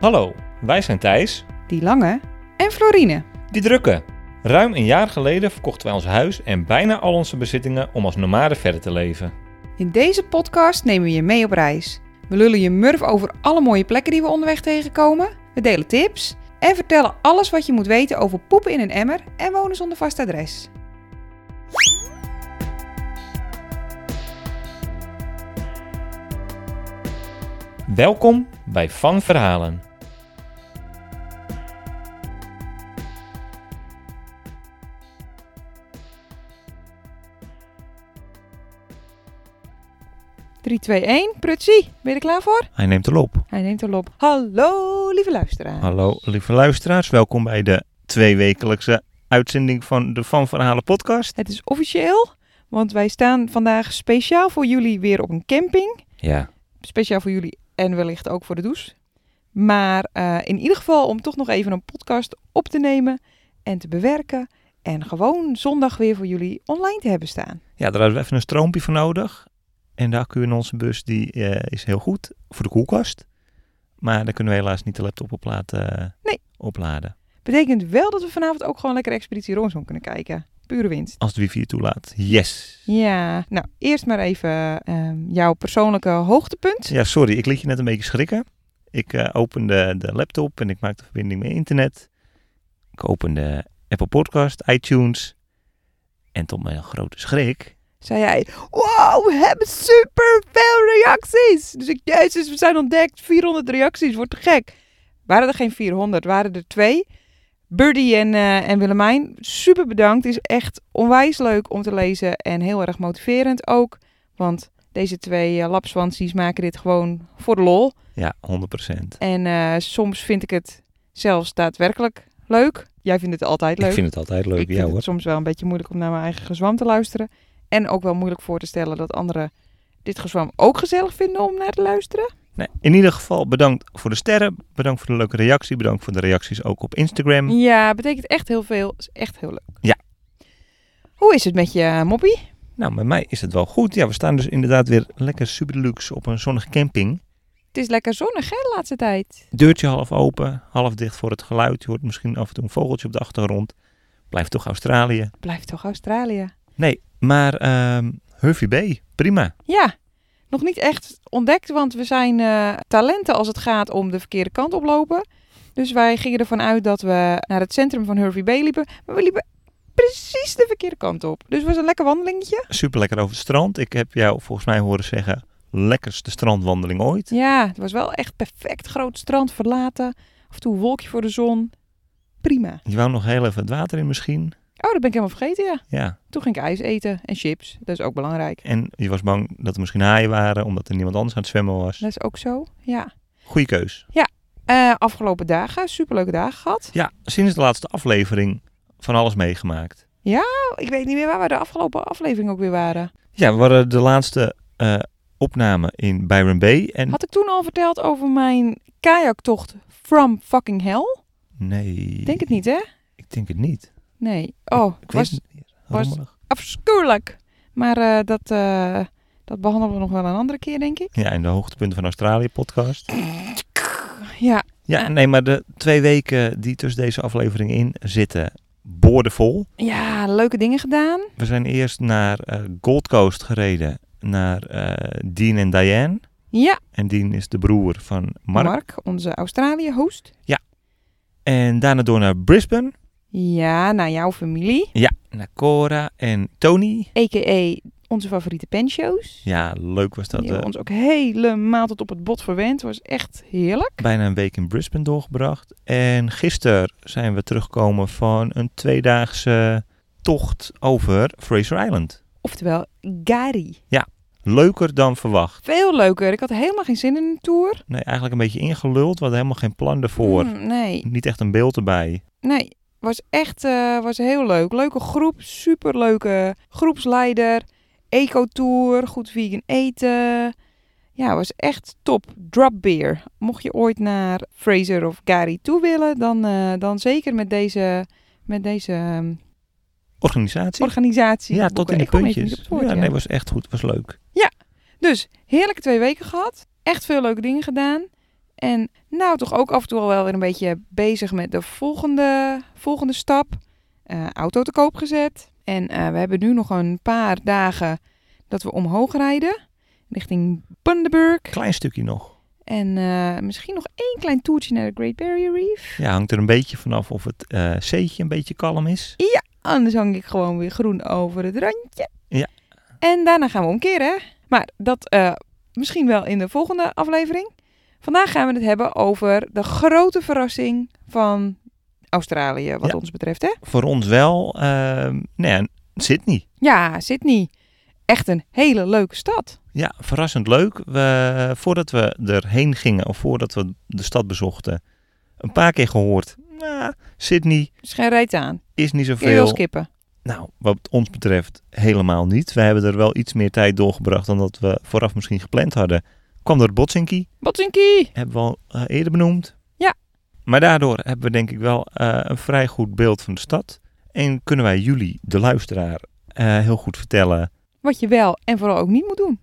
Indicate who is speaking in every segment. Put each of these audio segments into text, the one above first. Speaker 1: Hallo, wij zijn Thijs,
Speaker 2: Die Lange en Florine.
Speaker 1: die drukke. Ruim een jaar geleden verkochten wij ons huis en bijna al onze bezittingen om als nomaden verder te leven.
Speaker 2: In deze podcast nemen we je mee op reis. We lullen je murf over alle mooie plekken die we onderweg tegenkomen. We delen tips en vertellen alles wat je moet weten over poepen in een emmer en wonen zonder vast adres.
Speaker 1: Welkom bij Van Verhalen.
Speaker 2: Drie, twee, één. Prutsie, ben je er klaar voor?
Speaker 1: Hij neemt de loop.
Speaker 2: Hij neemt al op. Hallo, lieve luisteraar.
Speaker 1: Hallo lieve luisteraars, welkom bij de tweewekelijkse uitzending van de Van Verhalen podcast.
Speaker 2: Het is officieel, want wij staan vandaag speciaal voor jullie weer op een camping.
Speaker 1: Ja,
Speaker 2: speciaal voor jullie en wellicht ook voor de douche. Maar eh, in ieder geval om toch nog even een podcast op te nemen en te bewerken. En gewoon zondag weer voor jullie online te hebben staan.
Speaker 1: ja daar hadden we even een stroompje voor nodig. En de accu in onze bus die, eh, is heel goed voor de koelkast. Maar daar kunnen we helaas niet de laptop op laten eh,
Speaker 2: Nee.
Speaker 1: opladen.
Speaker 2: Betekent wel dat we vanavond ook gewoon lekker Expeditie Robinson kunnen kijken. Pure winst.
Speaker 1: Als de wifi het toelaat. Yes.
Speaker 2: Ja, nou eerst maar even ehm, jouw persoonlijke hoogtepunt.
Speaker 1: Ja, sorry, ik liet je net een beetje schrikken. Ik eh, opende de laptop en ik maakte verbinding met internet. Ik opende Apple Podcast, iTunes. En tot mijn grote schrik.
Speaker 2: Zei jij, wow, we hebben superveel reacties. Dus ik, jezus, we zijn ontdekt. 400 reacties, wordt te gek. Waren er geen 400, waren er twee. Birdie en, eh, en Willemijn, super bedankt. Het is echt onwijs leuk om te lezen en heel erg motiverend ook. Want deze twee eh, lapswansies maken dit gewoon voor de lol.
Speaker 1: Ja, 100%.
Speaker 2: En eh, soms vind ik het zelfs daadwerkelijk leuk. Jij vindt het altijd leuk.
Speaker 1: Ik vind het altijd leuk,
Speaker 2: Ik
Speaker 1: eh, ja
Speaker 2: vind
Speaker 1: hoor.
Speaker 2: het soms wel een beetje moeilijk om naar mijn eigen gezwam te luisteren. En ook wel moeilijk voor te stellen dat anderen dit gezwam ook gezellig vinden om naar te luisteren.
Speaker 1: Nee, in ieder geval bedankt voor de sterren. Bedankt voor de leuke reactie. Bedankt voor de reacties ook op Instagram.
Speaker 2: Ja, betekent echt heel veel. Is echt heel leuk.
Speaker 1: Hm. Ja.
Speaker 2: Hoe is het met je eh, moppie?
Speaker 1: Nou, met mij is het wel goed. Ja, we staan dus inderdaad weer lekker super deluxe op een zonnige camping.
Speaker 2: Het is lekker zonnig hè, de laatste tijd.
Speaker 1: Deurtje half open, half dicht voor het geluid. Je hoort misschien af en toe een vogeltje op de achtergrond. Blijft toch Australië.
Speaker 2: Blijft toch Australië?
Speaker 1: Nee, maar ehm Huffy B, prima.
Speaker 2: Ja, nog niet echt ontdekt, want we zijn eh, talenten als het gaat om de verkeerde kant oplopen. Dus wij gingen ervan uit dat we naar het centrum van Hervey Bay liepen. Maar we liepen precies de verkeerde kant op. Dus het was een lekker wandelingetje.
Speaker 1: Super lekker over het strand. Ik heb jou volgens mij horen zeggen, lekkerste strandwandeling ooit.
Speaker 2: Ja, het was wel echt perfect. Groot strand verlaten. Af en toe een wolkje voor de zon. Prima.
Speaker 1: Je wou nog heel even het water in misschien.
Speaker 2: Oh, dat ben ik helemaal vergeten, ja.
Speaker 1: Ja,
Speaker 2: Toen ging ik ijs eten en chips. Dat is ook belangrijk.
Speaker 1: en je was bang dat er misschien haaien waren, omdat er niemand anders aan het zwemmen was.
Speaker 2: Dat is ook zo, ja.
Speaker 1: Goeie keus.
Speaker 2: Eh, afgelopen dagen, superleuke dagen gehad.
Speaker 1: Ja, sinds de laatste aflevering van alles meegemaakt.
Speaker 2: Oh, ik weet niet meer waar we de afgelopen aflevering ook weer waren.
Speaker 1: Ja, we hadden de laatste eh, opname in Byron Bay. En
Speaker 2: Had ik toen al verteld over mijn kajaktocht from fucking hell?
Speaker 1: nee,
Speaker 2: Denk het niet, hè?
Speaker 1: Ik denk het niet.
Speaker 2: Nee. Oh,
Speaker 1: Ik
Speaker 2: ik
Speaker 1: weet
Speaker 2: was
Speaker 1: het niet.
Speaker 2: was-
Speaker 1: Rommelig.
Speaker 2: afschuwelijk. Maar eh, dat, eh, dat behandelen we nog wel een andere keer, denk ik.
Speaker 1: Ja, en de hoogtepunten van Australië podcast.
Speaker 2: Ja,
Speaker 1: Ja, nee, maar de twee weken die tussen deze aflevering in zitten, boordevol.
Speaker 2: ja, leuke dingen gedaan.
Speaker 1: We zijn eerst naar eh, Gold Coast gereden, naar eh, Dean en Diane.
Speaker 2: Ja,
Speaker 1: En Dean is de broer van Mark.
Speaker 2: Mark, onze Australië-host.
Speaker 1: En daarna door naar Brisbane,
Speaker 2: Ja, naar jouw familie.
Speaker 1: naar Cora en Tony.
Speaker 2: A.k.a. onze favoriete pensio's.
Speaker 1: Ja, leuk was dat.
Speaker 2: Die
Speaker 1: eh,
Speaker 2: hebben ons ook helemaal tot op het bot verwend. was echt heerlijk.
Speaker 1: bijna een week in Brisbane doorgebracht. En gisteren zijn we teruggekomen van een tweedaagse tocht over Fraser Island.
Speaker 2: Oftewel, Gary.
Speaker 1: Leuker dan verwacht.
Speaker 2: Veel leuker. Ik had helemaal geen zin in een tour.
Speaker 1: Nee, eigenlijk een beetje ingeluld. We hadden helemaal geen plan ervoor.
Speaker 2: Mm, nee,
Speaker 1: Niet echt een beeld erbij.
Speaker 2: nee. Was echt eh, was heel leuk. Leuke groep, superleuke groepsleider. Ecotour, goed vegan eten. Ja, was echt top. Drop beer. Mocht je ooit naar Fraser of Gary toe willen, dan, eh, dan zeker met deze, met deze ehm,
Speaker 1: Organisatie?
Speaker 2: organisatie.
Speaker 1: ja, tot
Speaker 2: boeken.
Speaker 1: in de
Speaker 2: Ik kom even niet
Speaker 1: puntjes.
Speaker 2: op het woord,
Speaker 1: ja,
Speaker 2: ja.
Speaker 1: nee, was echt goed. Was leuk.
Speaker 2: Dus heerlijke twee weken gehad. Echt veel leuke dingen gedaan. En nou, toch ook af en toe al wel weer een beetje bezig met de volgende, volgende stap. Eh, auto te koop gezet. En eh, we hebben nu nog een paar dagen dat we omhoog rijden. Richting Bundaberg.
Speaker 1: Klein stukje nog.
Speaker 2: En eh, misschien nog één klein toertje naar de Great Barrier Reef.
Speaker 1: Ja, hangt er een beetje vanaf of het eh zeetje een beetje kalm is.
Speaker 2: Anders hang ik gewoon weer groen over het randje.
Speaker 1: Ja.
Speaker 2: En daarna gaan we omkeren. hè? Maar dat eh, misschien wel in de volgende aflevering. Vandaag gaan we het hebben over de grote verrassing van Australië, wat
Speaker 1: Ja.
Speaker 2: ons betreft. Hè?
Speaker 1: Voor ons wel, ehm nee, en Sydney.
Speaker 2: Ja, Sydney. Echt een hele leuke stad.
Speaker 1: Ja, verrassend leuk. We, voordat we erheen gingen of voordat we de stad bezochten, een paar keer gehoord. Nou, Sydney
Speaker 2: Dus geen reet aan.
Speaker 1: is niet
Speaker 2: Kun je wel
Speaker 1: zoveel.
Speaker 2: skippen.
Speaker 1: Nou, wat ons betreft helemaal niet. Wij hebben er wel iets meer tijd doorgebracht dan dat we vooraf misschien gepland hadden. Kwam door Botsinki,
Speaker 2: Botsinki!
Speaker 1: hebben we al eh, eerder benoemd.
Speaker 2: Ja.
Speaker 1: Maar daardoor hebben we denk ik wel eh, een vrij goed beeld van de stad. En kunnen wij jullie, de luisteraar, eh, heel goed vertellen
Speaker 2: Wat je wel en vooral ook niet moet doen.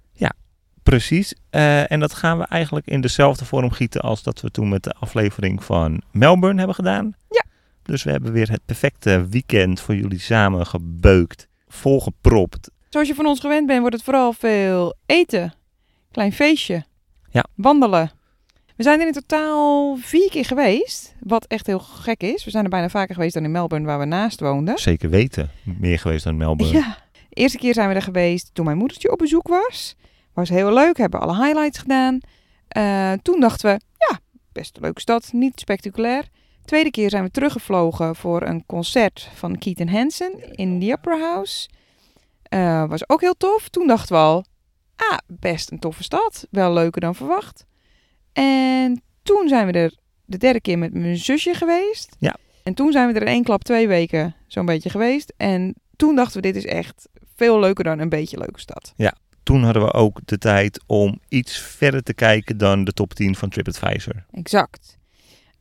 Speaker 1: Precies. Eh, en dat gaan we eigenlijk in dezelfde vorm gieten als dat we toen met de aflevering van Melbourne hebben gedaan.
Speaker 2: Ja.
Speaker 1: Dus we hebben weer het perfecte weekend voor jullie samen gebeukt, volgepropt.
Speaker 2: Zoals je van ons gewend bent, wordt het vooral veel eten. Klein feestje.
Speaker 1: Ja.
Speaker 2: Wandelen. We zijn er in totaal vier keer geweest. Wat echt heel gek is. We zijn er bijna vaker geweest dan in Melbourne, waar we naast woonden.
Speaker 1: Zeker weten, meer geweest dan Melbourne.
Speaker 2: Ja. De eerste keer zijn we er geweest toen mijn moedertje op bezoek was. Was heel leuk, hebben alle highlights gedaan. Eh, toen dachten we, ja, best een leuke stad, niet spectaculair. Tweede keer zijn we teruggevlogen voor een concert van Keaton Hansen in the Opera House. Eh, was ook heel tof. Toen dachten we al, ah, best een toffe stad. Wel leuker dan verwacht. En toen zijn we er de derde keer met mijn zusje geweest.
Speaker 1: Ja.
Speaker 2: En toen zijn we er in één klap twee weken zo'n beetje geweest. En toen dachten we, dit is echt veel leuker dan een beetje leuke stad.
Speaker 1: Toen hadden we ook de tijd om iets verder te kijken dan de top 10 van TripAdvisor.
Speaker 2: Exact.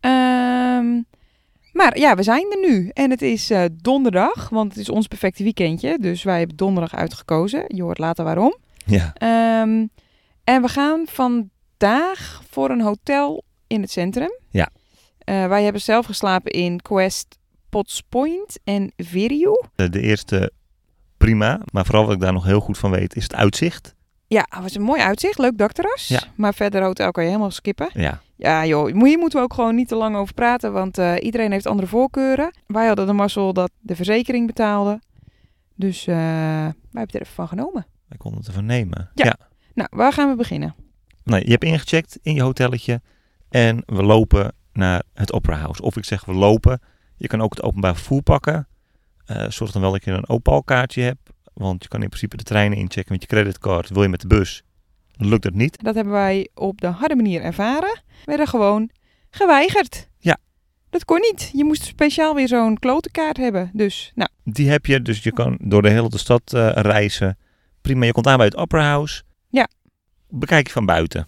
Speaker 2: Ehm, maar ja, we zijn er nu. En het is eh, donderdag, want het is ons perfecte weekendje. Dus wij hebben donderdag uitgekozen. Je hoort later waarom.
Speaker 1: Ja.
Speaker 2: Ehm, en we gaan vandaag voor een hotel in het centrum.
Speaker 1: Ja.
Speaker 2: Eh, wij hebben zelf geslapen in Quest Potts Point en Virio.
Speaker 1: De, de eerste prima, maar vooral wat ik daar nog heel goed van weet is het uitzicht.
Speaker 2: Ja, het was een mooi uitzicht. Leuk dakterras.
Speaker 1: Ja.
Speaker 2: Maar verder hotel kan je helemaal skippen.
Speaker 1: Ja.
Speaker 2: Ja joh, mo- hier moeten we ook gewoon niet te lang over praten, want eh, iedereen heeft andere voorkeuren. Wij hadden de mazzel dat de verzekering betaalde. Dus eh, wij hebben er even van genomen.
Speaker 1: Wij konden het ervan nemen.
Speaker 2: Ja. Nou, waar gaan we beginnen?
Speaker 1: Nee, je hebt ingecheckt in je hotelletje en we lopen naar het Opera House. Of ik zeg we lopen. Je kan ook het openbaar vervoer pakken. Eh, zorg dan wel dat je een Opal-kaartje hebt. Want je kan in principe de treinen inchecken met je creditcard. Wil je met de bus? Lukt dat niet?
Speaker 2: Dat hebben wij op de harde manier ervaren. We werden gewoon geweigerd.
Speaker 1: Ja.
Speaker 2: Dat kon niet. Je moest speciaal weer zo'n klotenkaart hebben. Dus, nou,
Speaker 1: Die heb je, dus je kan door de hele de stad eh, reizen. Prima, je komt aan bij het Opera House.
Speaker 2: Ja.
Speaker 1: Bekijk je van buiten.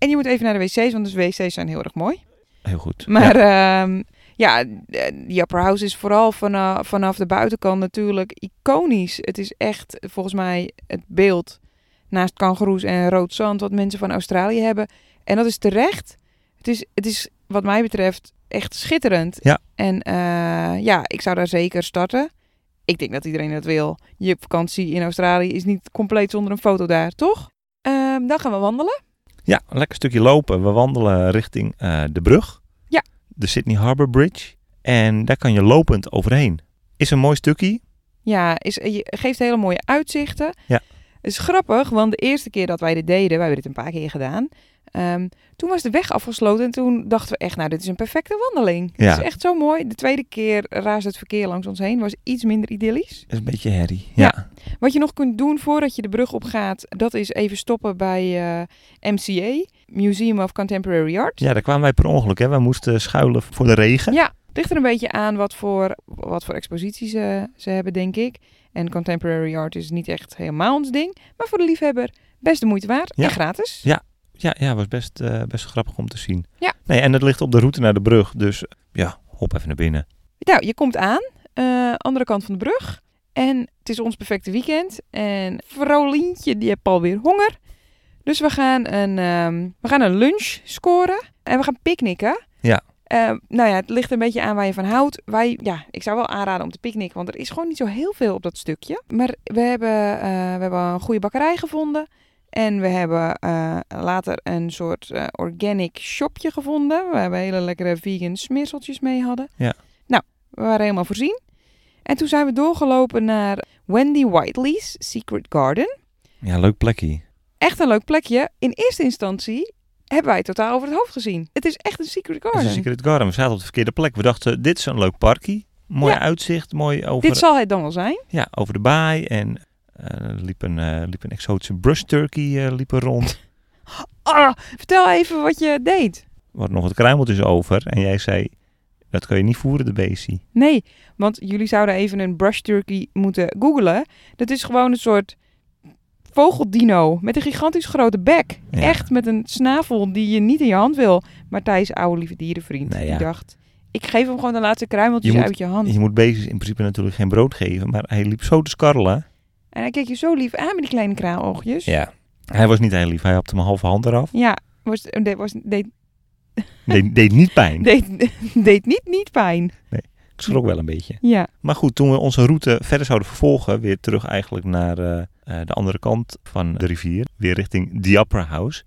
Speaker 2: en je moet even naar de wc's, want de wc's zijn heel erg mooi.
Speaker 1: Heel goed.
Speaker 2: Maar ehm, ja, eh, die Upper House is vooral vanaf, vanaf de buitenkant natuurlijk iconisch. Het is echt volgens mij het beeld naast kangoeroes en rood zand wat mensen van Australië hebben. En dat is terecht. Het is, het is wat mij betreft echt schitterend.
Speaker 1: Ja.
Speaker 2: En eh, ja, ik zou daar zeker starten. Ik denk dat iedereen dat wil. Je vakantie in Australië is niet compleet zonder een foto daar, toch? Ehm, dan gaan we wandelen.
Speaker 1: Ja, een lekker stukje lopen. We wandelen richting eh, de brug.
Speaker 2: Ja.
Speaker 1: De Sydney Harbour Bridge. En daar kan je lopend overheen. Is een mooi stukje.
Speaker 2: Ja, is, je geeft hele mooie uitzichten.
Speaker 1: Ja.
Speaker 2: Het is grappig, want de eerste keer dat wij dit deden, wij hebben dit een paar keer gedaan. ehm, toen was de weg afgesloten en toen dachten we echt, nou, dit is een perfecte wandeling.
Speaker 1: Ja.
Speaker 2: Het is echt zo mooi. De tweede keer raasde het verkeer langs ons heen, was iets minder idyllisch.
Speaker 1: Is een beetje herrie.
Speaker 2: Ja.
Speaker 1: Ja.
Speaker 2: Wat je nog kunt doen voordat je de brug opgaat, dat is even stoppen bij eh, MCA, Museum of Contemporary Art.
Speaker 1: Ja, daar kwamen wij per ongeluk. Hè. Wij moesten schuilen voor de regen.
Speaker 2: Ja, het ligt er een beetje aan wat voor, wat voor exposities eh, ze hebben, denk ik. En contemporary art is niet echt helemaal ons ding. Maar voor de liefhebber best de moeite waard
Speaker 1: Ja.
Speaker 2: en gratis.
Speaker 1: Ja, ja was best, eh, best grappig om te zien.
Speaker 2: Ja.
Speaker 1: Nee, en het ligt op de route naar de brug. Dus ja, hop even naar binnen.
Speaker 2: Nou, je komt aan, eh, andere kant van de brug. En het is ons perfecte weekend. En Vrouwlientje, die heeft alweer honger. Dus we gaan een, ehm, we gaan een lunch scoren en we gaan picknicken.
Speaker 1: Ja.
Speaker 2: Eh, nou ja, het ligt een beetje aan waar je van houdt. Wij, ja, ik zou wel aanraden om te picknicken, want er is gewoon niet zo heel veel op dat stukje. Maar we hebben, eh, we hebben een goede bakkerij gevonden. En we hebben eh, later een soort eh, organic shopje gevonden. Waar we hele lekkere vegan smeerseltjes mee hadden.
Speaker 1: Ja.
Speaker 2: Nou, we waren helemaal voorzien. En toen zijn we doorgelopen naar Wendy Whiteley's Secret Garden
Speaker 1: Ja, leuk
Speaker 2: Oh,
Speaker 1: plekje.
Speaker 2: echt een leuk plekje. In eerste instantie hebben wij het totaal over het hoofd gezien. Het is echt een secret
Speaker 1: Het is
Speaker 2: garden.
Speaker 1: een secret garden. Dus We zaten op de verkeerde plek. We dachten, dit is een leuk parkje. Mooi
Speaker 2: Ja.
Speaker 1: uitzicht. Mooi over,
Speaker 2: Dit zal het dan wel zijn.
Speaker 1: ja, over de baai. En eh, er liep, een, eh, liep een exotische brush turkey eh, liep er rond.
Speaker 2: Ah, vertel even wat je deed.
Speaker 1: We hadden nog wat kruimeltjes over. En jij zei, dat kun je niet voeren, de beestie.
Speaker 2: Nee, want jullie zouden even een brush turkey moeten googlen. Dat is gewoon een soort vogeldino met een gigantisch grote bek.
Speaker 1: Ja.
Speaker 2: Echt met een snavel die je niet in je hand wil. Matthijs, oude lieve dierenvriend,
Speaker 1: Nou ja.
Speaker 2: die dacht... Ik geef hem gewoon de laatste kruimeltjes
Speaker 1: Je moet-
Speaker 2: uit je hand.
Speaker 1: Je moet beestjes in principe natuurlijk geen brood geven. Maar hij liep zo te skarrelen.
Speaker 2: En hij keek je zo lief aan met die kleine kraaloogjes.
Speaker 1: Ja. Hij was niet heel lief. Hij hapte mijn halve hand eraf.
Speaker 2: ja was, deed, was, deed
Speaker 1: Deed, deed niet pijn.
Speaker 2: deed, deed niet niet pijn.
Speaker 1: Ik schrok wel een beetje.
Speaker 2: Ja,
Speaker 1: Maar goed, toen we onze route verder zouden vervolgen, weer terug eigenlijk naar eh, eh, de andere kant van de rivier, weer richting The Opera House.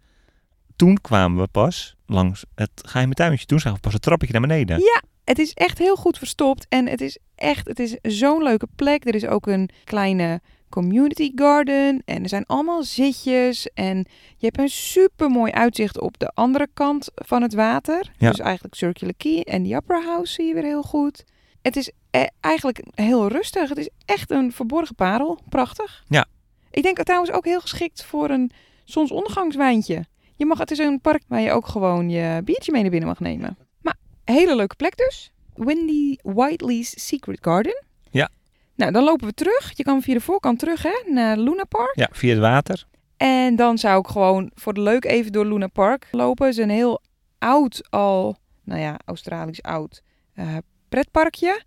Speaker 1: Toen kwamen we pas langs het geheime tuintje. Toen zagen we pas het trappetje naar beneden.
Speaker 2: Ja. het is echt heel goed verstopt en het is echt, het is zo'n leuke plek. Er is ook een kleine community garden en er zijn allemaal zitjes en je hebt een super mooi uitzicht op de andere kant van het water.
Speaker 1: Ja.
Speaker 2: Dus eigenlijk Circular Key en die Opera House zie je weer heel goed. Het is eh, eigenlijk heel rustig. Het is echt een verborgen parel. Prachtig.
Speaker 1: Ja.
Speaker 2: Ik denk trouwens ook heel geschikt voor een zonsondergangswijntje. Je mag, het is een park waar je ook gewoon je biertje mee naar binnen mag nemen. Maar hele leuke plek dus. Wendy Whiteley's Secret Garden.
Speaker 1: Ja.
Speaker 2: Nou, dan lopen we terug. Je kan via de voorkant terug hè, naar Luna Park.
Speaker 1: Ja, via het water.
Speaker 2: En dan zou ik gewoon voor de leuk even door Luna Park lopen. Het is een heel oud al, nou ja, Australisch oud eh, pretparkje.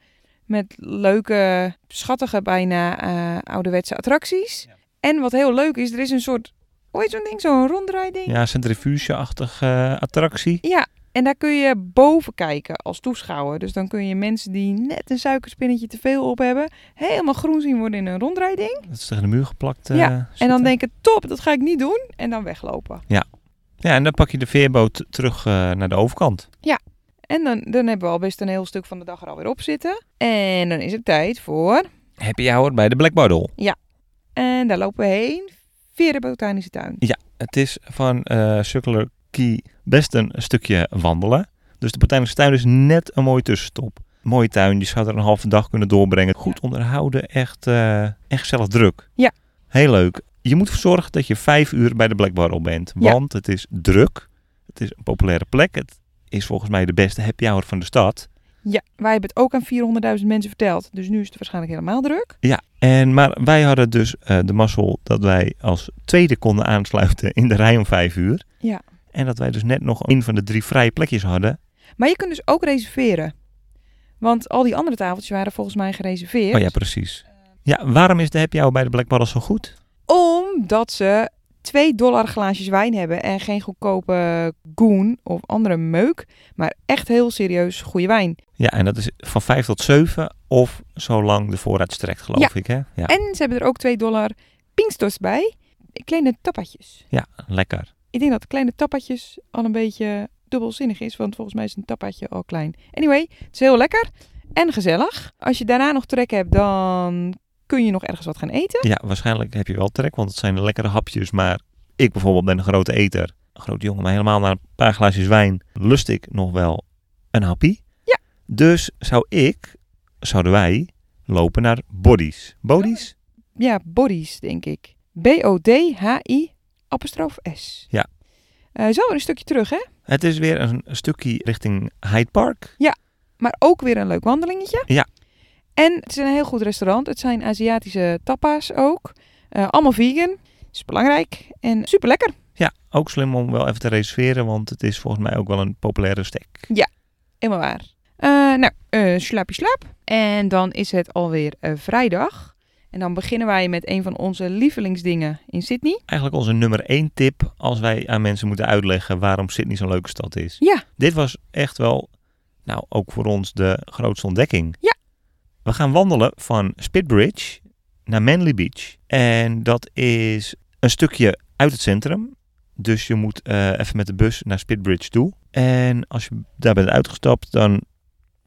Speaker 2: Met leuke, schattige, bijna eh, ouderwetse attracties. En wat heel leuk is, er is een soort, hoe heet zo'n ding? Zo'n rondrijding.
Speaker 1: Ja, centrifuge-achtige eh, attractie.
Speaker 2: Ja, en daar kun je boven kijken als toeschouwer. Dus dan kun je mensen die net een suikerspinnetje te veel op hebben... helemaal groen zien worden in een rondrijding.
Speaker 1: Dat is tegen de muur geplakt. eh,
Speaker 2: Ja, En
Speaker 1: zitten.
Speaker 2: dan denken, top, dat ga ik niet doen. En dan weglopen.
Speaker 1: Ja, en dan pak je de veerboot terug eh, naar de overkant.
Speaker 2: En dan, dan hebben we al best een heel stuk van de dag er alweer op zitten. En dan is het tijd voor...
Speaker 1: Happy hour bij de Black Bottle.
Speaker 2: En daar lopen we heen. Via de botanische tuin.
Speaker 1: Het is van eh Circular Key best een stukje wandelen. Dus de botanische tuin is net een mooie tussenstop. Mooie tuin, je zou er een halve dag kunnen doorbrengen. Goed onderhouden, echt, eh, echt zelf druk.
Speaker 2: Ja.
Speaker 1: Heel leuk. Je moet zorgen dat je vijf uur bij de Black Barrel bent.
Speaker 2: Ja.
Speaker 1: Want het is druk. Het is een populaire plek. Het is volgens mij de beste happy hour van de stad.
Speaker 2: Ja, wij hebben het ook aan 400.000 mensen verteld. Dus nu is het waarschijnlijk helemaal druk.
Speaker 1: En, maar wij hadden dus eh, de mazzel dat wij als tweede konden aansluiten in de rij om vijf uur.
Speaker 2: Ja.
Speaker 1: En dat wij dus net nog een van de drie vrije plekjes hadden.
Speaker 2: Maar je kunt dus ook reserveren. Want al die andere tafeltjes waren volgens mij gereserveerd.
Speaker 1: Oh ja, precies. Ja, waarom is de happy hour bij de Black Bottle zo goed?
Speaker 2: Omdat ze 2 dollar glaasjes wijn hebben en geen goedkope goen of andere meuk. Maar echt heel serieus goede wijn.
Speaker 1: Ja, en dat is van 5 tot 7 of zolang de voorraad strekt, geloof ik. Hè? Ja.
Speaker 2: En ze hebben er ook 2 dollar pinksters bij. Kleine tappatjes.
Speaker 1: ja, lekker.
Speaker 2: Ik denk dat kleine tappatjes al een beetje dubbelzinnig is, want volgens mij is een tapatje al klein. Anyway, het is heel lekker en gezellig. Als je daarna nog trek hebt, dan kun je nog ergens wat gaan eten.
Speaker 1: Ja, waarschijnlijk heb je wel trek, want het zijn lekkere hapjes. Maar ik bijvoorbeeld ben een grote eter. Een grote jongen, maar helemaal na een paar glaasjes wijn lust ik nog wel een happy.
Speaker 2: Ja.
Speaker 1: Dus zou ik, zouden wij, lopen naar Bodies. Bodies?
Speaker 2: Ja, bodies, denk ik. B-O-D-H-I apostrof S.
Speaker 1: Ja.
Speaker 2: Eh, zo weer een stukje terug, hè?
Speaker 1: Het is weer een stukje richting Hyde Park.
Speaker 2: Maar ook weer een leuk wandelingetje.
Speaker 1: Ja.
Speaker 2: En het is een heel goed restaurant. Het zijn Aziatische tapa's ook. Eh, allemaal vegan. Is belangrijk. En super lekker.
Speaker 1: Ja, ook slim om wel even te reserveren, want het is volgens mij ook wel een populaire stek.
Speaker 2: Helemaal waar. Eh, nou, eh slaapje slaap. En dan is het alweer eh, vrijdag. En dan beginnen wij met een van onze lievelingsdingen in Sydney.
Speaker 1: Eigenlijk onze nummer één tip als wij aan mensen moeten uitleggen waarom Sydney zo'n leuke stad is.
Speaker 2: Ja.
Speaker 1: Dit was echt wel, nou ook voor ons, de grootste ontdekking.
Speaker 2: Ja.
Speaker 1: We gaan wandelen van Spitbridge naar Manly Beach. En dat is een stukje uit het centrum. Dus je moet eh, even met de bus naar Spitbridge toe. En als je daar bent uitgestapt, dan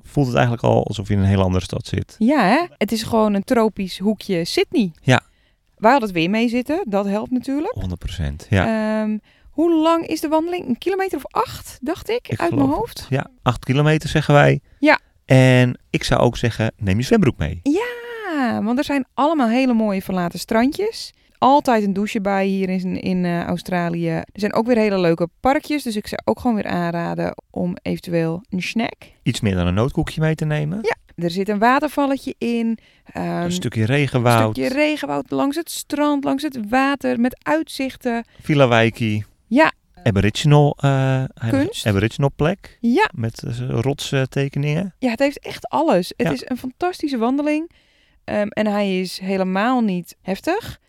Speaker 1: voelt het eigenlijk al alsof je in een hele andere stad zit.
Speaker 2: Ja, hè? het is gewoon een tropisch hoekje Sydney.
Speaker 1: Ja.
Speaker 2: Wij hadden het weer mee zitten, dat helpt natuurlijk.
Speaker 1: 100%. Ja,
Speaker 2: Ehm, hoe lang is de wandeling? Een kilometer of acht, dacht ik,
Speaker 1: Ik
Speaker 2: uit mijn
Speaker 1: geloof het.
Speaker 2: hoofd.
Speaker 1: ja 8 kilometer zeggen wij.
Speaker 2: Ja.
Speaker 1: En ik zou ook zeggen, neem je zwembroek mee.
Speaker 2: Ja, Ah, want er zijn allemaal hele mooie verlaten strandjes. Altijd een douche bij hier in, in eh, Australië. Er zijn ook weer hele leuke parkjes. Dus ik zou ook gewoon weer aanraden om eventueel een snack.
Speaker 1: Iets meer dan een nootkoekje mee te nemen.
Speaker 2: Er zit een watervalletje in. ehm,
Speaker 1: een stukje regenwoud.
Speaker 2: stukje regenwoud langs het strand, langs het water, met uitzichten.
Speaker 1: Villa Waiki.
Speaker 2: Ja.
Speaker 1: Aboriginal, eh, heilige-
Speaker 2: Kunst.
Speaker 1: Aboriginal plek.
Speaker 2: Ja,
Speaker 1: Met eh, rotstekeningen.
Speaker 2: Ja, het heeft echt alles. Het
Speaker 1: Ja.
Speaker 2: is een fantastische wandeling. Ehm, en hij is helemaal niet heftig.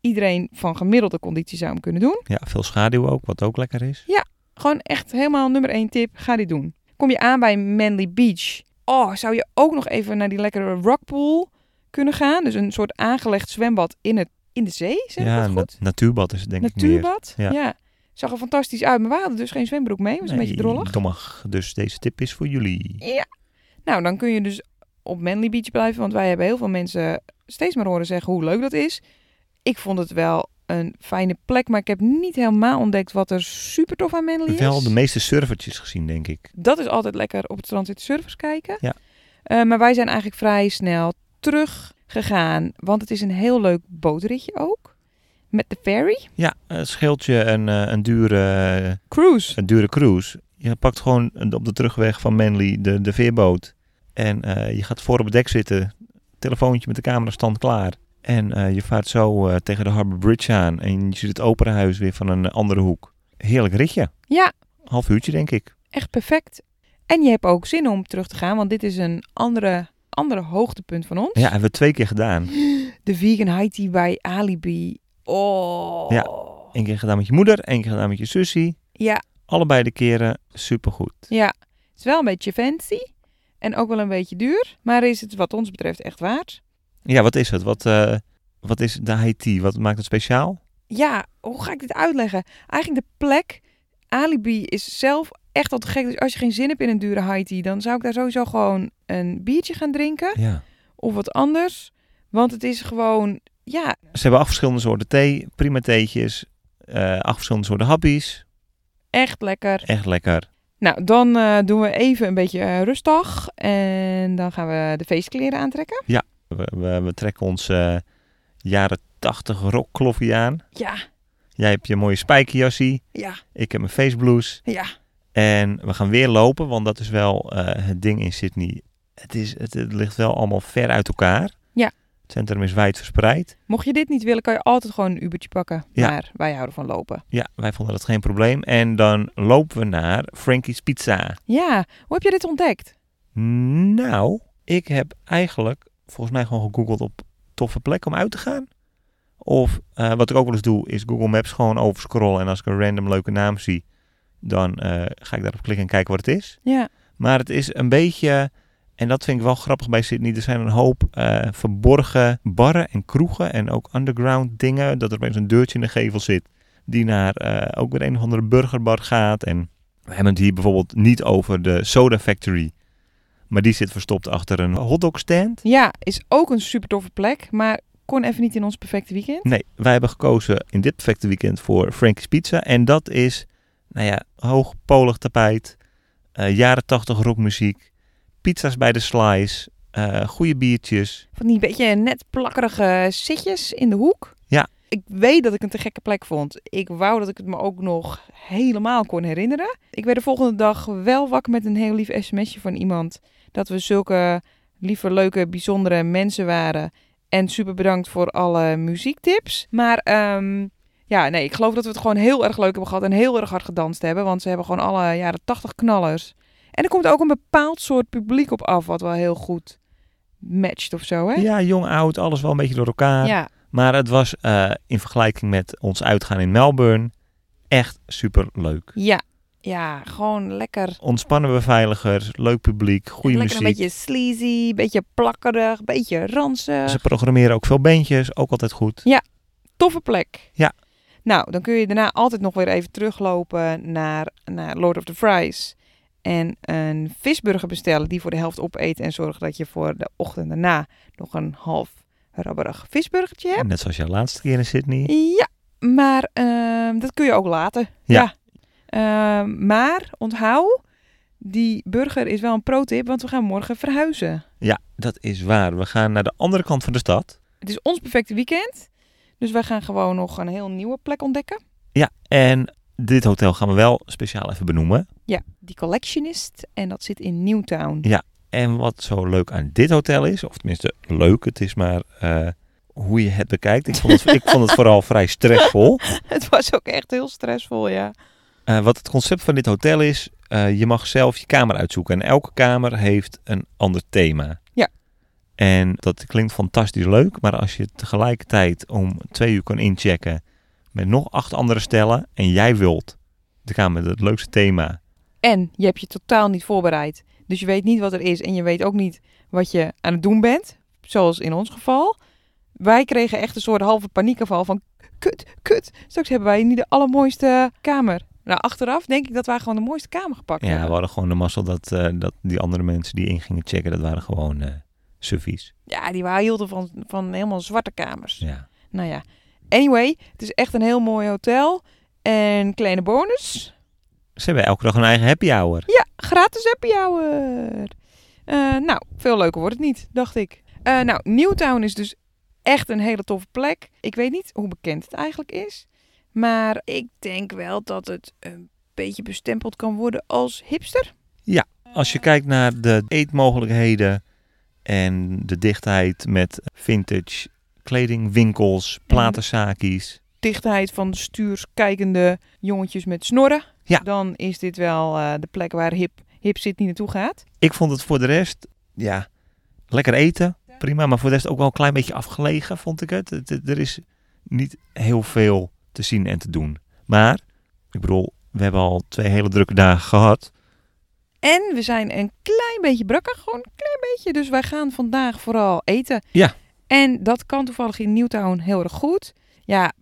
Speaker 2: Iedereen van gemiddelde conditie zou hem kunnen doen.
Speaker 1: Ja, veel schaduw ook, wat ook lekker is.
Speaker 2: Gewoon echt helemaal nummer één tip. Ga dit doen. Kom je aan bij Manly Beach. Oh, zou je ook nog even naar die lekkere rockpool kunnen gaan? Dus een soort aangelegd zwembad in, het, in de zee, zeg ik
Speaker 1: ja,
Speaker 2: dat
Speaker 1: een
Speaker 2: goed?
Speaker 1: nat- natuurbad is het denk ik meer.
Speaker 2: Natuurbad.
Speaker 1: Ja.
Speaker 2: Ja. Zag er fantastisch uit. Maar we hadden dus geen zwembroek mee. was een beetje
Speaker 1: Nee,
Speaker 2: drollig.
Speaker 1: dommig. Dus deze tip is voor jullie.
Speaker 2: Ja. Nou, dan kun je dus op Manly Beach blijven. Want wij hebben heel veel mensen steeds maar horen zeggen hoe leuk dat is. Ik vond het wel een fijne plek. Maar ik heb niet helemaal ontdekt wat er super tof aan Manly is.
Speaker 1: Wel de meeste surfertjes gezien, denk ik.
Speaker 2: Dat is altijd lekker op het strand zitten surfers kijken.
Speaker 1: Ja.
Speaker 2: Eh, maar wij zijn eigenlijk vrij snel teruggegaan. Want het is een heel leuk bootritje ook. Met de ferry.
Speaker 1: Ja, het scheelt je een, eh, een, dure,
Speaker 2: Cruise.
Speaker 1: een dure cruise. Je pakt gewoon op de terugweg van Manly de, de veerboot. En eh, je gaat voor op het dek zitten. Telefoontje met de camera stand klaar. En eh, je vaart zo eh, tegen de Harbour Bridge aan. En je ziet het operahuis weer van een eh, andere hoek. Heerlijk ritje.
Speaker 2: Ja,
Speaker 1: Half uurtje, denk ik.
Speaker 2: echt perfect. En je hebt ook zin om terug te gaan. Want dit is een andere, andere hoogtepunt van ons.
Speaker 1: Ja, hebben we twee keer gedaan.
Speaker 2: De vegan high tea bij Alibi. Oh.
Speaker 1: Ja. Eén keer gedaan met je moeder, één keer gedaan met je zusje.
Speaker 2: Ja,
Speaker 1: Allebei de keren supergoed.
Speaker 2: ja. Het is wel een beetje fancy. En ook wel een beetje duur. Maar is het wat ons betreft echt waard.
Speaker 1: Ja, wat is het? Wat, eh, wat is de Haiti? Wat maakt het speciaal?
Speaker 2: Ja, hoe ga ik dit uitleggen? Eigenlijk de plek. Alibi is zelf echt al te gek. Dus als je geen zin hebt in een dure high tea, dan zou ik daar sowieso gewoon een biertje gaan drinken.
Speaker 1: Ja.
Speaker 2: Of wat anders. Want het is gewoon, ja,
Speaker 1: Ze hebben acht verschillende soorten thee, prima theetjes, eh, acht verschillende soorten happies.
Speaker 2: echt lekker.
Speaker 1: Echt lekker.
Speaker 2: Nou, dan eh, doen we even een beetje eh, rustig. En dan gaan we de feestkleren aantrekken.
Speaker 1: We, we, we trekken ons eh, jaren tachtig rockkloffie aan.
Speaker 2: Ja,
Speaker 1: Jij hebt je mooie spijkerjassie,
Speaker 2: ja,
Speaker 1: ik heb mijn faceblues.
Speaker 2: ja.
Speaker 1: En we gaan weer lopen, want dat is wel eh, het ding in Sydney. Het, is, het, het ligt wel allemaal ver uit elkaar.
Speaker 2: Ja.
Speaker 1: Het centrum is wijd verspreid.
Speaker 2: Mocht je dit niet willen, kan je altijd gewoon een Ubertje pakken.
Speaker 1: Ja.
Speaker 2: Maar wij houden van lopen.
Speaker 1: Ja, wij vonden dat geen probleem. En dan lopen we naar Frankie's Pizza.
Speaker 2: Ja, hoe heb je dit ontdekt?
Speaker 1: Nou, ik heb eigenlijk volgens mij gewoon gegoogeld op toffe plekken om uit te gaan. Of eh, wat ik ook wel eens doe, is Google Maps gewoon overscrollen. En als ik een random leuke naam zie, dan eh, ga ik daarop klikken en kijken wat het is.
Speaker 2: Ja,
Speaker 1: Maar het is een beetje, en dat vind ik wel grappig bij Sydney, er zijn een hoop eh, verborgen barren en kroegen en ook underground dingen. Dat er opeens een deurtje in de gevel zit die naar eh, ook weer een of andere burgerbar gaat. En we hebben het hier bijvoorbeeld niet over de Soda Factory. Maar die zit verstopt achter een hotdog stand.
Speaker 2: ja is ook een super toffe plek, maar kon even niet in ons perfecte weekend.
Speaker 1: Nee, wij hebben gekozen in dit perfecte weekend voor Frankie's Pizza. En dat is, nou ja, hoogpolig tapijt, eh, jaren tachtig rockmuziek, pizza's bij de slice, eh goede biertjes.
Speaker 2: Van die beetje net plakkerige zitjes in de hoek.
Speaker 1: Ja.
Speaker 2: Ik weet dat ik het een gekke plek vond. Ik wou dat ik het me ook nog helemaal kon herinneren. Ik werd de volgende dag wel wakker met een heel lief sms'je van iemand. Dat we zulke lieve, leuke, bijzondere mensen waren. En super bedankt voor alle muziektips. Maar ehm, ja, nee, ik geloof dat we het gewoon heel erg leuk hebben gehad. En heel erg hard gedanst hebben. Want ze hebben gewoon alle jaren 80 knallers. En er komt ook een bepaald soort publiek op af. Wat wel heel goed matcht of zo, hè?
Speaker 1: Ja, jong, oud, alles wel een beetje door elkaar.
Speaker 2: Ja.
Speaker 1: Maar het was eh, in vergelijking met ons uitgaan in Melbourne echt super leuk.
Speaker 2: Ja. Ja, gewoon lekker.
Speaker 1: Ontspannen beveiligers, leuk publiek, goede
Speaker 2: lekker
Speaker 1: muziek.
Speaker 2: een beetje sleazy, een beetje plakkerig, een beetje ranzig.
Speaker 1: Ze programmeren ook veel bandjes, ook altijd goed.
Speaker 2: Toffe plek.
Speaker 1: Ja.
Speaker 2: Nou, dan kun je daarna altijd nog weer even teruglopen naar, naar Lord of the Fries. En een visburger bestellen die voor de helft opeet. En zorgen dat je voor de ochtend daarna nog een half rabberig visburgertje hebt.
Speaker 1: Net zoals jouw laatste keer in Sydney.
Speaker 2: Ja, maar ehm, dat kun je ook laten.
Speaker 1: Ja.
Speaker 2: Ehm, maar onthoud, die burger is wel een pro-tip, want we gaan morgen verhuizen.
Speaker 1: Ja, dat is waar. We gaan naar de andere kant van de stad.
Speaker 2: Het is ons perfecte weekend. Dus wij gaan gewoon nog een heel nieuwe plek ontdekken.
Speaker 1: Ja, en dit hotel gaan we wel speciaal even benoemen.
Speaker 2: Ja, die Collectionist. En dat zit in Newtown.
Speaker 1: En wat zo leuk aan dit hotel is, of tenminste leuk, het is maar eh, hoe je het bekijkt. Ik vond het, ik vond het vooral vrij stressvol.
Speaker 2: Het was ook echt heel stressvol, ja.
Speaker 1: Eh, wat het concept van dit hotel is, eh, je mag zelf je kamer uitzoeken. En elke kamer heeft een ander thema.
Speaker 2: Ja.
Speaker 1: En dat klinkt fantastisch leuk, maar als je tegelijkertijd om twee uur kan inchecken met nog acht andere stellen en jij wilt de kamer met het leukste thema.
Speaker 2: En je hebt je totaal niet voorbereid. Dus je weet niet wat er is en je weet ook niet wat je aan het doen bent. Zoals in ons geval. Wij kregen echt een soort halve paniekaanval van... Kut, kut, straks hebben wij niet de allermooiste kamer. Nou, achteraf denk ik dat wij gewoon de mooiste kamer gepakt
Speaker 1: Ja, we
Speaker 2: hebben.
Speaker 1: hadden gewoon de mazzel dat, eh, dat die andere mensen die in gingen checken, dat waren gewoon eh suffies.
Speaker 2: Ja, die waren hielden van, van helemaal zwarte kamers.
Speaker 1: Ja.
Speaker 2: Nou ja, anyway, het is echt een heel mooi hotel. En kleine bonus...
Speaker 1: Ze hebben elke dag een eigen happy hour.
Speaker 2: Ja, gratis happy hour. Eh, nou, veel leuker wordt het niet, dacht ik. Eh, nou, Newtown is dus echt een hele toffe plek. Ik weet niet hoe bekend het eigenlijk is. Maar ik denk wel dat het een beetje bestempeld kan worden als hipster.
Speaker 1: Als je kijkt naar de eetmogelijkheden en de dichtheid met vintage kledingwinkels, platenzakies.
Speaker 2: Dichtheid van stuurs kijkende jongetjes met snorren.
Speaker 1: Ja.
Speaker 2: Dan is dit wel eh, de plek waar hip, hip zit niet naartoe gaat.
Speaker 1: Ik vond het voor de rest, ja, lekker eten, prima. Maar voor de rest ook wel een klein beetje afgelegen, vond ik het. Het- het- Er is niet heel veel te zien en te doen. Maar, ik bedoel, we hebben al twee hele drukke dagen gehad.
Speaker 2: En we zijn een klein beetje brakker, gewoon een klein beetje. Dus wij gaan vandaag vooral eten.
Speaker 1: Ja.
Speaker 2: En dat kan toevallig in Newtown heel erg goed. Ja,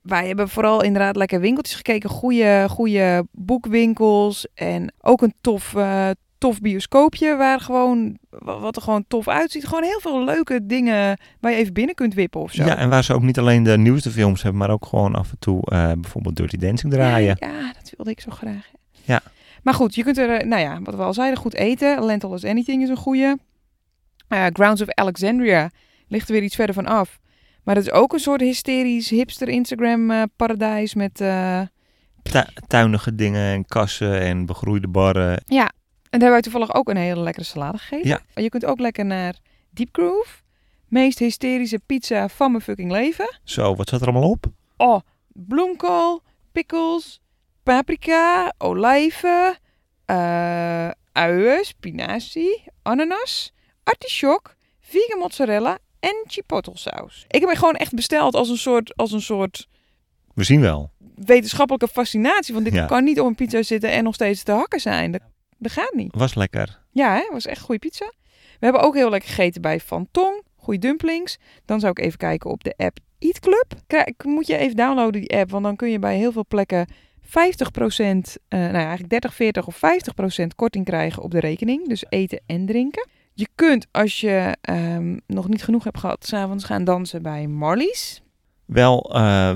Speaker 2: wij hebben vooral inderdaad lekker winkeltjes gekeken. Goede, goede boekwinkels. En ook een tof, eh, tof bioscoopje waar gewoon, wa- wat er gewoon tof uitziet. Gewoon heel veel leuke dingen waar je even binnen kunt wippen of zo.
Speaker 1: Ja, en waar ze ook niet alleen de nieuwste films hebben, maar ook gewoon af en toe eh, bijvoorbeeld Dirty Dancing draaien.
Speaker 2: Ja, ja, dat wilde ik zo graag.
Speaker 1: Ja.
Speaker 2: Maar goed, je kunt er, eh, nou ja, wat we al zeiden, goed eten. Lentil is anything is een goede. Grounds of Alexandria ligt er weer iets verder van af. Maar dat is ook een soort hysterisch hipster Instagram eh, paradijs met... eh,
Speaker 1: Tu- tuinige dingen en kassen en begroeide barren
Speaker 2: Ja, en daar hebben wij toevallig ook een hele lekkere salade gegeten.
Speaker 1: Ja.
Speaker 2: Je kunt ook lekker naar Deep Groove. Meest hysterische pizza van mijn fucking leven.
Speaker 1: Zo, wat zat er allemaal op?
Speaker 2: Oh, bloemkool, pickles, paprika, olijven, eh uien, spinazie, ananas, artichok, vegan mozzarella en chipotle saus. Ik heb het gewoon echt besteld als een soort, als een soort
Speaker 1: We zien wel.
Speaker 2: wetenschappelijke fascinatie. Want dit
Speaker 1: Ja.
Speaker 2: kan niet op een pizza zitten en nog steeds te hakken zijn. Dat, dat gaat niet.
Speaker 1: Was lekker.
Speaker 2: Ja, hè? was echt goede pizza. We hebben ook heel lekker gegeten bij Van Tong. Goede dumplings. Dan zou ik even kijken op de app Eat Club. Krij- moet je even downloaden die app, want dan kun je bij heel veel plekken 50%, eh, nou ja, eigenlijk 30, 40 of 50% korting krijgen op de rekening. Dus eten en drinken. Je kunt, als je ehm, nog niet genoeg hebt gehad, s'avonds gaan dansen bij Marlies.
Speaker 1: Wel, eh,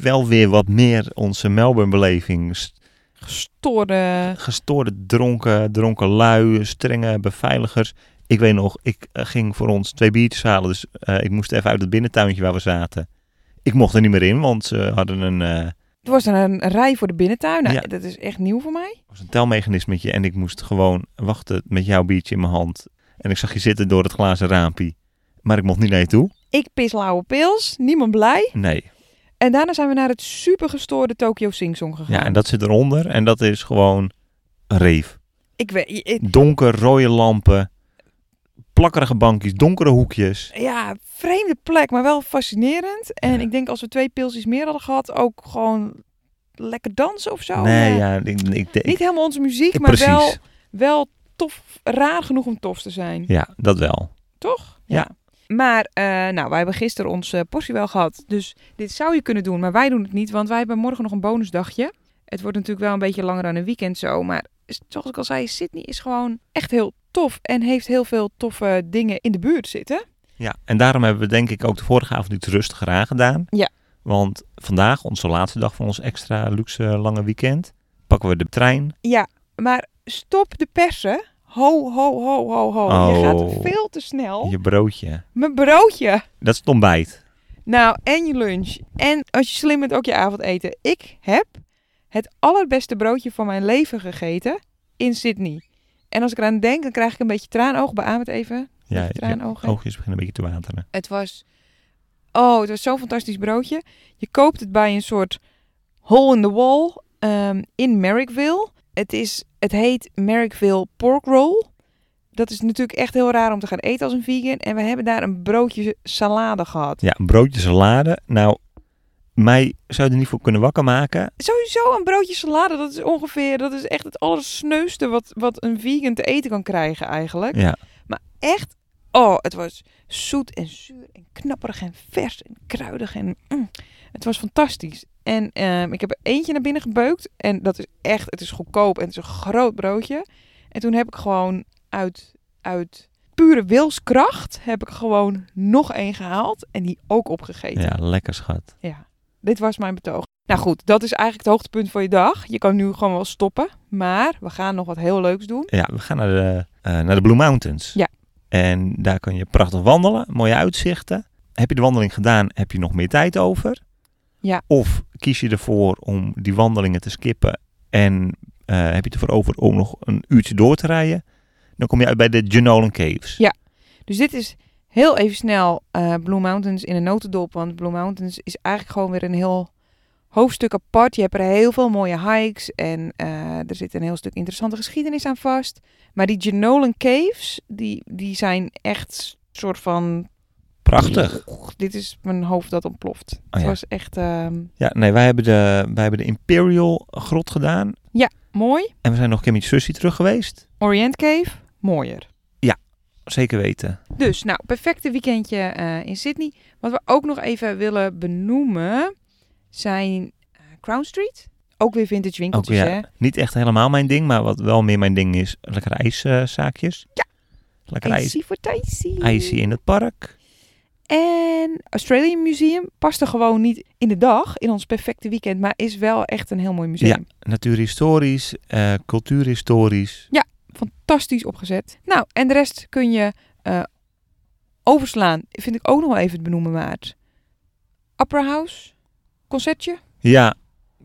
Speaker 1: wel weer wat meer onze Melbourne-beleving. S-
Speaker 2: Gestoorde...
Speaker 1: Gestoorde dronken, dronken lui, strenge beveiligers. Ik weet nog, ik eh, ging voor ons twee biertjes halen. Dus eh, ik moest even uit het binnentuintje waar we zaten. Ik mocht er niet meer in, want ze hadden een, eh,
Speaker 2: Het was een rij voor de binnentuin. Nou,
Speaker 1: Ja.
Speaker 2: Dat is echt nieuw voor mij.
Speaker 1: was een telmechanismetje. En ik moest gewoon wachten met jouw biertje in mijn hand. En ik zag je zitten door het glazen raampje. Maar ik mocht niet naar je toe.
Speaker 2: Ik pis lauwe pils. Niemand blij.
Speaker 1: Nee,
Speaker 2: En daarna zijn we naar het supergestoorde Tokyo Sing Song gegaan.
Speaker 1: Ja, en dat zit eronder. En dat is gewoon een reef.
Speaker 2: Ik weet... ik-
Speaker 1: Donker, rode lampen. plakkerige bankjes, donkere hoekjes.
Speaker 2: Ja, vreemde plek, maar wel fascinerend. En
Speaker 1: Ja.
Speaker 2: ik denk als we twee pilsjes meer hadden gehad, ook gewoon lekker dansen of zo.
Speaker 1: nee,
Speaker 2: Eh,
Speaker 1: ja, ik, ik, ik,
Speaker 2: Niet helemaal onze muziek,
Speaker 1: ik-
Speaker 2: maar
Speaker 1: precies.
Speaker 2: wel, wel tof, raar genoeg om tof te zijn.
Speaker 1: Ja, dat wel.
Speaker 2: Toch?
Speaker 1: Ja.
Speaker 2: Maar, eh, nou, wij hebben gisteren onze portie wel gehad. Dus dit zou je kunnen doen, maar wij doen het niet. Want wij hebben morgen nog een bonusdagje. Het wordt natuurlijk wel een beetje langer dan een weekend zo. Maar is- zoals ik al zei, Sydney is gewoon echt heel tof. En heeft heel veel toffe dingen in de buurt zitten.
Speaker 1: Ja, en daarom hebben we denk ik ook de vorige avond iets rustiger aangedaan.
Speaker 2: Ja.
Speaker 1: Want vandaag, onze laatste dag van ons extra luxe lange weekend, pakken we de trein.
Speaker 2: Ja, maar stop de persen. Ho, ho, ho, ho, ho. Je
Speaker 1: Oh.
Speaker 2: gaat veel te snel.
Speaker 1: Je broodje.
Speaker 2: Mijn broodje.
Speaker 1: Dat is het ontbijt.
Speaker 2: Nou, en je lunch. En als je slim bent, ook je avondeten. Ik heb het allerbeste broodje van mijn leven gegeten in Sydney. En als ik eraan denk, dan krijg ik een beetje traanoog. Beaam het even.
Speaker 1: Ja, oh.
Speaker 2: Even
Speaker 1: je
Speaker 2: traanogen.
Speaker 1: oogjes beginnen een beetje te wateren.
Speaker 2: Het was... Oh, het was zo'n fantastisch broodje. Je koopt het bij een soort hole in the wall ehm, in Merrickville. Het, is, het heet Merrickville Pork Roll. Dat is natuurlijk echt heel raar om te gaan eten als een vegan. En we hebben daar een broodje salade gehad.
Speaker 1: Ja, een broodje salade. Nou, mij zou je er niet voor kunnen wakker maken.
Speaker 2: Sowieso een broodje salade, dat is ongeveer, dat is echt het allersneuste wat, wat een vegan te eten kan krijgen eigenlijk.
Speaker 1: Ja,
Speaker 2: Echt, oh, het was zoet en zuur en knapperig en vers en kruidig en mm, het was fantastisch. En ehm, ik heb er eentje naar binnen gebeukt en dat is echt, het is goedkoop en het is een groot broodje. En toen heb ik gewoon uit, uit pure wilskracht, heb ik gewoon nog één gehaald en die ook opgegeten.
Speaker 1: ja lekker schat.
Speaker 2: Ja, dit was mijn betoog. Nou goed, dat is eigenlijk het hoogtepunt van je dag. Je kan nu gewoon wel stoppen. Maar we gaan nog wat heel leuks doen.
Speaker 1: Ja, we gaan naar de, eh, naar de Blue Mountains.
Speaker 2: Ja.
Speaker 1: En daar kan je prachtig wandelen, mooie uitzichten. Heb je de wandeling gedaan, heb je nog meer tijd over?
Speaker 2: Ja.
Speaker 1: Of kies je ervoor om die wandelingen te skippen en eh, heb je het ervoor over om nog een uurtje door te rijden? Dan kom je uit bij de Jenolan Caves.
Speaker 2: Ja. Dus dit is heel even snel eh, Blue Mountains in een notendop. Want Blue Mountains is eigenlijk gewoon weer een heel hoofdstuk apart. Je hebt er heel veel mooie hikes. En eh, er zit een heel stuk interessante geschiedenis aan vast. Maar die Jenolan Caves, die, die zijn echt soort van...
Speaker 1: Prachtig. Ah,
Speaker 2: Dit is mijn hoofd dat ontploft. Het
Speaker 1: ja.
Speaker 2: was echt ehm,
Speaker 1: Ja, nee, wij hebben de, wij hebben de Imperial grot gedaan.
Speaker 2: mooi.
Speaker 1: En we zijn nog een keer met je zusje terug geweest.
Speaker 2: Orient Cave, mooier.
Speaker 1: Zeker weten.
Speaker 2: Dus, nou, perfecte weekendje eh, in Sydney. Wat we ook nog even willen benoemen zijn eh, Crown Street. Ook weer vintage winkeltjes,
Speaker 1: Ook, ja.
Speaker 2: hè?
Speaker 1: Niet echt helemaal mijn ding, maar wat wel meer mijn ding is, lekkere ijszaakjes.
Speaker 2: Ja.
Speaker 1: Lekker ijs,
Speaker 2: Icy voor Ticey.
Speaker 1: ijsje in het park.
Speaker 2: En Australian Museum past er gewoon niet in de dag, in ons perfecte weekend, maar is wel echt een heel mooi museum.
Speaker 1: Natuurhistorisch, eh, cultuurhistorisch.
Speaker 2: Fantastisch opgezet. Nou, en de rest kun je eh, overslaan. Vind ik ook nog wel even het benoemen waard. Opera House, concertje.
Speaker 1: Ja,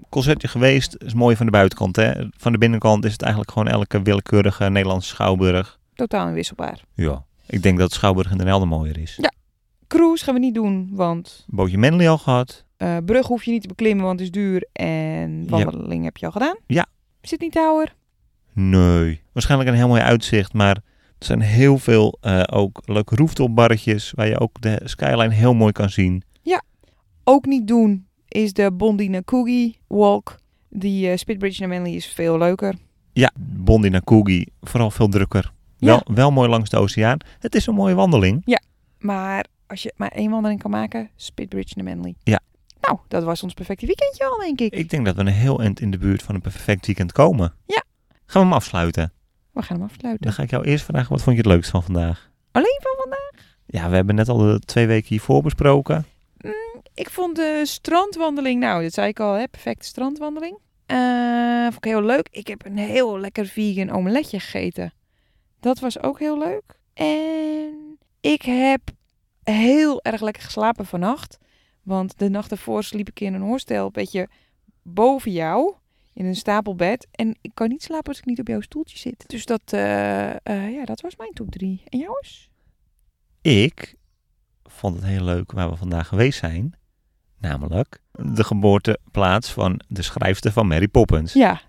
Speaker 1: concertje geweest. Is mooi van de buitenkant. Hè? Van de binnenkant is het eigenlijk gewoon elke willekeurige Nederlandse schouwburg.
Speaker 2: Totaal inwisselbaar.
Speaker 1: Ja. Ik denk dat schouwburg in Den Helder mooier is.
Speaker 2: Cruise gaan we niet doen, want
Speaker 1: Bootje Manly al gehad.
Speaker 2: eh, brug hoef je niet te beklimmen, want het is duur. En wandeling heb je al gedaan.
Speaker 1: Ja.
Speaker 2: Sydney Tower.
Speaker 1: Nee. Waarschijnlijk een heel mooi uitzicht, maar er zijn heel veel eh, ook leuke rooftopbarretjes waar je ook de skyline heel mooi kan zien.
Speaker 2: Ook niet doen is de Bondina Coogie Walk. Die eh, Spitbridge naar Manly is veel leuker.
Speaker 1: Ja, Bondi naar Coogee, vooral veel drukker.
Speaker 2: Ja.
Speaker 1: Wel, wel mooi langs de oceaan. Het is een mooie wandeling.
Speaker 2: Maar als je maar één wandeling kan maken, Spitbridge naar Manly.
Speaker 1: Ja.
Speaker 2: Nou, dat was ons perfecte weekendje al, denk ik.
Speaker 1: Ik denk dat we een heel eind in de buurt van een perfect weekend komen.
Speaker 2: Ja.
Speaker 1: Gaan we hem afsluiten?
Speaker 2: We gaan hem afsluiten.
Speaker 1: Dan ga ik jou eerst vragen, wat vond je het leukst van vandaag?
Speaker 2: Alleen van vandaag?
Speaker 1: Ja, we hebben net al de twee weken hiervoor besproken.
Speaker 2: Mm, ik vond de strandwandeling, nou, dat zei ik al, hè, perfecte strandwandeling. Eh, vond ik heel leuk. Ik heb een heel lekker vegan omeletje gegeten. Dat was ook heel leuk. En ik heb heel erg lekker geslapen vannacht. Want de nacht daarvoor sliep ik in een hostel, een beetje boven jou, in een stapelbed. En ik kan niet slapen als ik niet op jouw stoeltje zit. Dus dat, eh, eh, ja, dat was mijn top 3. En jouw is?
Speaker 1: Ik vond het heel leuk waar we vandaag geweest zijn. Namelijk de geboorteplaats van de schrijfster van Mary Poppins.
Speaker 2: Ja,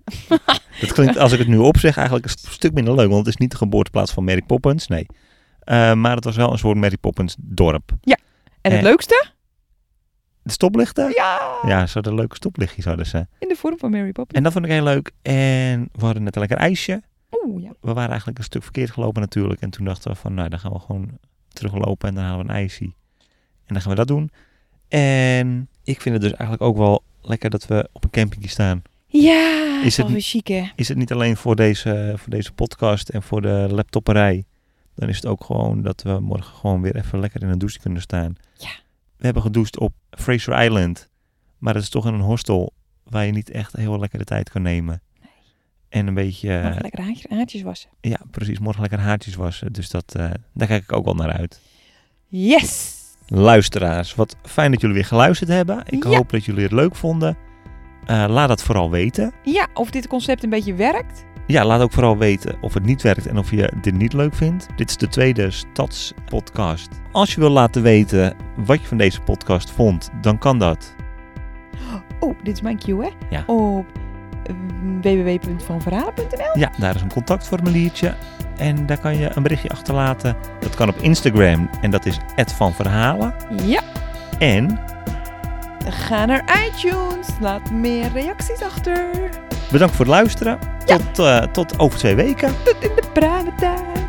Speaker 1: Dat klinkt, als ik het nu opzeg, eigenlijk een st- stuk minder leuk. Want het is niet de geboorteplaats van Mary Poppins. Nee, Eh, maar het was wel een soort Mary Poppins dorp.
Speaker 2: En het
Speaker 1: Eh.
Speaker 2: leukste?
Speaker 1: De stoplichten?
Speaker 2: eh, Ja!
Speaker 1: Ja, ze hadden leuke stoplichtjes hadden ze.
Speaker 2: In de vorm van Mary Poppins.
Speaker 1: En dat vond ik heel leuk. En we hadden net een lekker ijsje.
Speaker 2: Oeh, ja.
Speaker 1: We waren eigenlijk een stuk verkeerd gelopen natuurlijk. En toen dachten we van, nou, dan gaan we gewoon teruglopen en dan halen we een ijsje. En dan gaan we dat doen. En ik vind het dus eigenlijk ook wel lekker dat we op een campingje staan.
Speaker 2: Ja, oh,
Speaker 1: Is
Speaker 2: is
Speaker 1: het
Speaker 2: het weer chic hè?
Speaker 1: Is het niet alleen voor deze, voor deze podcast en voor de laptopperij. Dan is het ook gewoon dat we morgen gewoon weer even lekker in een douche kunnen staan.
Speaker 2: Ja.
Speaker 1: We hebben gedoucht op Fraser Island. Maar dat is toch in een hostel waar je niet echt heel lekker de tijd kan nemen. En een beetje...
Speaker 2: Mag lekker haartje- haartjes wassen.
Speaker 1: Ja, precies. Morgen lekker haartjes wassen. Dus dat, eh, daar kijk ik ook wel naar uit.
Speaker 2: Yes!
Speaker 1: Luisteraars, wat fijn dat jullie weer geluisterd hebben. Ik
Speaker 2: Ja.
Speaker 1: hoop dat jullie het leuk vonden. Eh, laat dat vooral weten.
Speaker 2: Ja, of dit concept een beetje werkt.
Speaker 1: Ja, laat ook vooral weten of het niet werkt en of je dit niet leuk vindt. Dit is de tweede Stadspodcast. Als je wil laten weten wat je van deze podcast vond, dan kan dat.
Speaker 2: Oh, dit is mijn cue hè?
Speaker 1: Ja.
Speaker 2: Op mm, www.vanverhalen.nl
Speaker 1: Ja, daar is een contactformuliertje. En daar kan je een berichtje achterlaten. Dat kan op Instagram en dat is van verhalen.
Speaker 2: Ja,
Speaker 1: En
Speaker 2: ga naar iTunes. Laat meer reacties achter.
Speaker 1: Bedankt voor het luisteren.
Speaker 2: Ja.
Speaker 1: Tot, eh, tot over twee weken.
Speaker 2: Tot in de praattijd.